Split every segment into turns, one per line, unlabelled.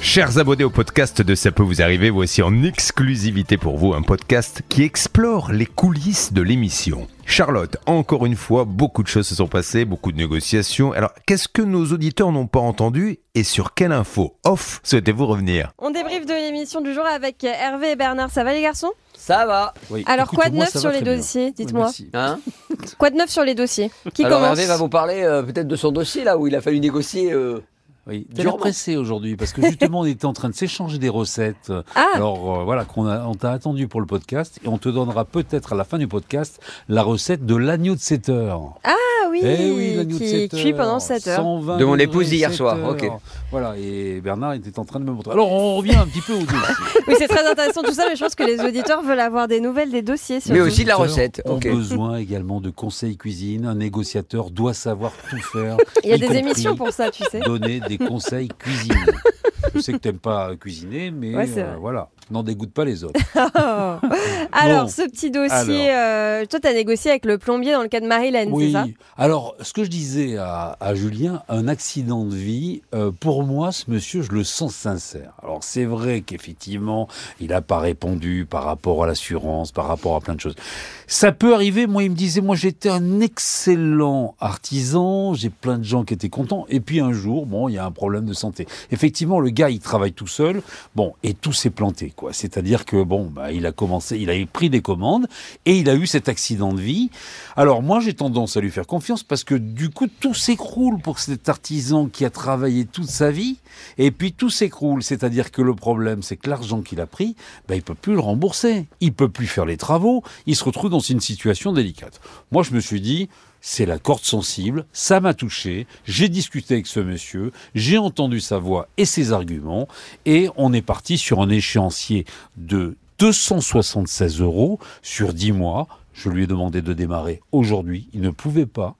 Chers abonnés au podcast de Ça peut vous arriver, voici en exclusivité pour vous un podcast qui explore les coulisses de l'émission. Charlotte, encore une fois, beaucoup de choses se sont passées, beaucoup de négociations. Alors, qu'est-ce que nos auditeurs n'ont pas entendu et sur quelle info off souhaitez-vous revenir
On débriefe de l'émission du jour avec Hervé et Bernard. Ça va les garçons
Ça va.
Oui,
Alors quoi de
écoute-moi,
neuf
ça
sur
va
les
très bien.
dossiers
Oui,
Dites-moi.
merci.
Hein
quoi de neuf sur les dossiers Qui
Alors
commence
Hervé va vous parler euh, peut-être de son dossier là où il a fallu négocier. euh,
Oui,
Durement.
déjà pressé aujourd'hui parce que justement on était en train de s'échanger des recettes.
Ah.
Alors euh, voilà qu'on a on t'a attendu pour le podcast et on te donnera peut-être à la fin du podcast la recette de l'agneau de 7 heures.
Ah oui,
Eh l'agneau de
qui
7
cuit pendant
heures,
7 heures.
120
De mon
degrés,
épouse hier
7
soir,
heures.
ok.
Voilà et Bernard était en train de me montrer. Alors on revient un petit peu au dossier.
Oui, c'est très intéressant tout ça, mais je pense que les auditeurs veulent avoir des nouvelles des dossiers.
Mais
surtout.
aussi de la
Tout à l'heure,
recette,
On
ok.
a besoin également de conseils cuisine. Un négociateur doit savoir tout faire.
Il y a
y
des
compris
émissions pour ça, tu sais.
donner des conseils cuisine. Je sais que t'aimes pas cuisiner, mais
Ouais, c'est
euh,
vrai.
voilà, n'en dégoûte pas les autres.
Oh. Alors, ce petit dossier, euh, toi, t'as négocié avec le plombier dans le cas de Marilyn, c'est
oui.
ça
Alors, ce que je disais à, à Julien, un accident de vie, euh, pour moi, ce monsieur, je le sens sincère. Alors, c'est vrai qu'effectivement, il n'a pas répondu par rapport à l'assurance, par rapport à plein de choses. Ça peut arriver. Moi, il me disait, moi, j'étais un excellent artisan. J'ai plein de gens qui étaient contents. Et puis, un jour, bon, il y a un problème de santé. Effectivement, le gars, il travaille tout seul. Bon, et tout s'est planté, quoi. C'est-à-dire que, bon, bah, il a commencé, il a pris des commandes et il a eu cet accident de vie. Alors, moi, j'ai tendance à lui faire confiance parce que, du coup, tout s'écroule pour cet artisan qui a travaillé toute sa vie. Et puis, tout s'écroule. C'est-à-dire que le problème, c'est que l'argent qu'il a pris, bah, il peut plus le rembourser. Il peut plus faire les travaux. Il se retrouve dans une situation délicate. Moi, je me suis dit, c'est la corde sensible, ça m'a touché, j'ai discuté avec ce monsieur, j'ai entendu sa voix et ses arguments, et on est parti sur un échéancier de 276 euros sur 10 mois. Je lui ai demandé de démarrer aujourd'hui, il ne pouvait pas,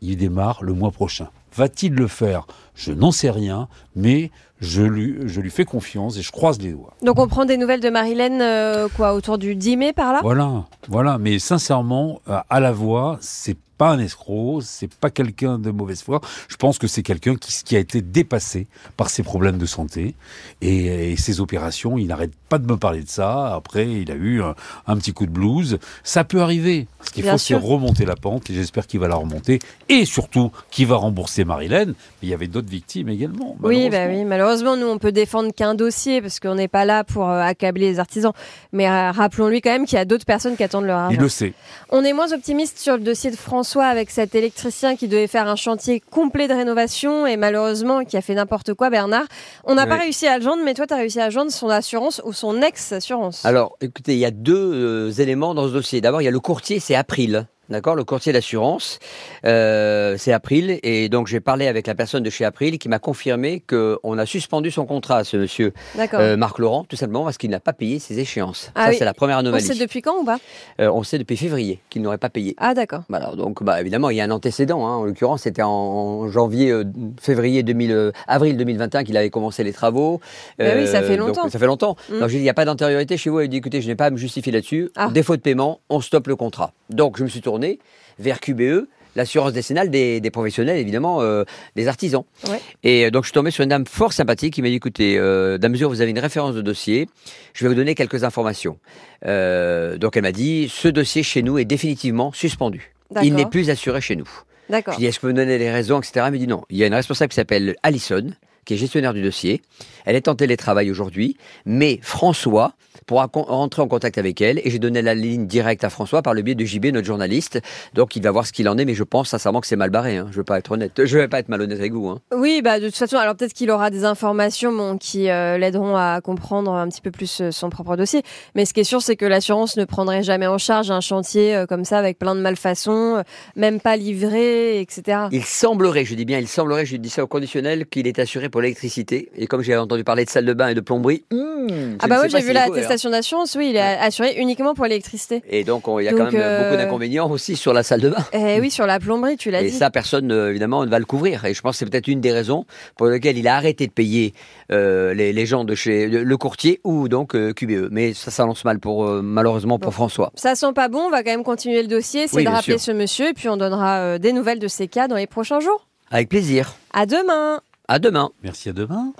il démarre le mois prochain. Va-t-il le faire Je n'en sais rien, mais je lui, je lui fais confiance et je croise les doigts.
Donc, on prend des nouvelles de Marilyn, euh, quoi, autour du 10 mai par là
Voilà, voilà. Mais sincèrement, euh, à la voix, c'est pas un escroc, c'est pas quelqu'un de mauvaise foi. Je pense que c'est quelqu'un qui, qui a été dépassé par ses problèmes de santé et, et ses opérations. Il n'arrête pas de me parler de ça. Après, il a eu un, un petit coup de blues. Ça peut arriver. Ce qu'il
Bien
faut, c'est
sûr.
remonter la pente. Et j'espère qu'il va la remonter. Et surtout, qu'il va rembourser Marilyn. Mais il y avait d'autres victimes également.
Oui, bah
malheureusement.
oui, malheureusement, nous, on peut défendre qu'un dossier parce qu'on n'est pas là pour euh, accabler les artisans. Mais euh, rappelons-lui quand même qu'il y a d'autres personnes qui attendent leur
Il
argent.
le sait.
On est moins optimiste sur le dossier de François avec cet électricien qui devait faire un chantier complet de rénovation et malheureusement qui a fait n'importe quoi, Bernard. On n'a
Ouais.
pas réussi à le joindre, mais toi, tu as réussi à joindre son assurance ou son ex-assurance.
Alors, écoutez, il y a deux euh, éléments dans ce dossier. D'abord, il y a le courtier, c'est April. D'accord, le courtier d'assurance, euh, c'est April, et donc j'ai parlé avec la personne de chez April qui m'a confirmé qu'on a suspendu son contrat, à ce monsieur
D'accord.
euh, Marc Laurent, tout simplement parce qu'il n'a pas payé ses échéances.
Ah
Ça,
oui.
c'est la première
on
anomalie.
sait depuis quand ou pas
Euh, on sait depuis février qu'il n'aurait pas payé.
Ah, d'accord.
Bah Alors donc bah évidemment il y a un antécédent hein. en l'occurrence c'était en janvier euh, février 2000 euh, avril 2021 qu'il avait commencé les travaux. Euh,
Bah oui, ça fait
donc,
longtemps.
ça fait longtemps.
Mm.
Donc j'ai dit il n'y a pas d'antériorité chez vous, il a dit écoutez, je n'ai pas à me justifier là-dessus.
Ah.
Défaut de paiement, on stoppe le contrat. Donc je me suis tourné vers QBE l'assurance décennale des, des professionnels, évidemment, euh, des artisans.
Ouais.
Et euh, donc, je suis tombé sur une dame fort sympathique qui m'a dit, écoutez, euh, d'un mesure, vous avez une référence de dossier, je vais vous donner quelques informations. Euh, donc, elle m'a dit, ce dossier chez nous est définitivement suspendu. Il
D'accord.
n'est plus assuré chez nous. Je
D'accord.
lui ai dit, est-ce que vous me donnez les raisons, etc. Elle me dit non. Il y a une responsable qui s'appelle Allison, qui est gestionnaire du dossier. Elle est en télétravail aujourd'hui, mais François pourra con- rentrer en contact avec elle. Et j'ai donné la ligne directe à François par le biais de JB, notre journaliste. Donc il va voir ce qu'il en est, mais je pense sincèrement que c'est mal barré. hein. Je ne veux pas être honnête. Je vais pas être malhonnête avec vous. hein.
Oui, bah de toute façon, alors peut-être qu'il aura des informations bon, qui euh, l'aideront à comprendre un petit peu plus euh, son propre dossier. Mais ce qui est sûr, c'est que l'assurance ne prendrait jamais en charge un chantier euh, comme ça avec plein de malfaçons, euh, même pas livré, etc.
Il semblerait, je dis bien, il semblerait, je dis ça au conditionnel, qu'il est assuré pour l'électricité. Et comme j'ai entendu parler de salle de bain et de plomberie, hmm, je
Ah
ne
bah
sais
oui, j'ai
pas si
vu
les couverts.
l'attestation d'assurance, oui, il est assuré uniquement pour l'électricité.
hein. Et donc on- il y a
Donc,
quand même
euh,
beaucoup d'inconvénients aussi sur la salle de bain.
Eh oui, sur la plomberie, tu l'as
Mm. Et
dit.
ça, personne, euh, évidemment, ne va le couvrir. Et je pense que c'est peut-être une des raisons pour lesquelles il a arrêté de payer euh, les, les gens de chez le, le courtier ou donc euh, QBE. Mais ça s'annonce mal, pour, euh, malheureusement,
Bon.
pour François.
Ça sent pas bon, on va quand même continuer le dossier, essayer
Oui,
de
bien
rappeler
sûr.
ce monsieur, et puis on donnera euh, des nouvelles de ces cas dans les prochains jours.
Avec plaisir.
À demain
À demain.
Merci à demain.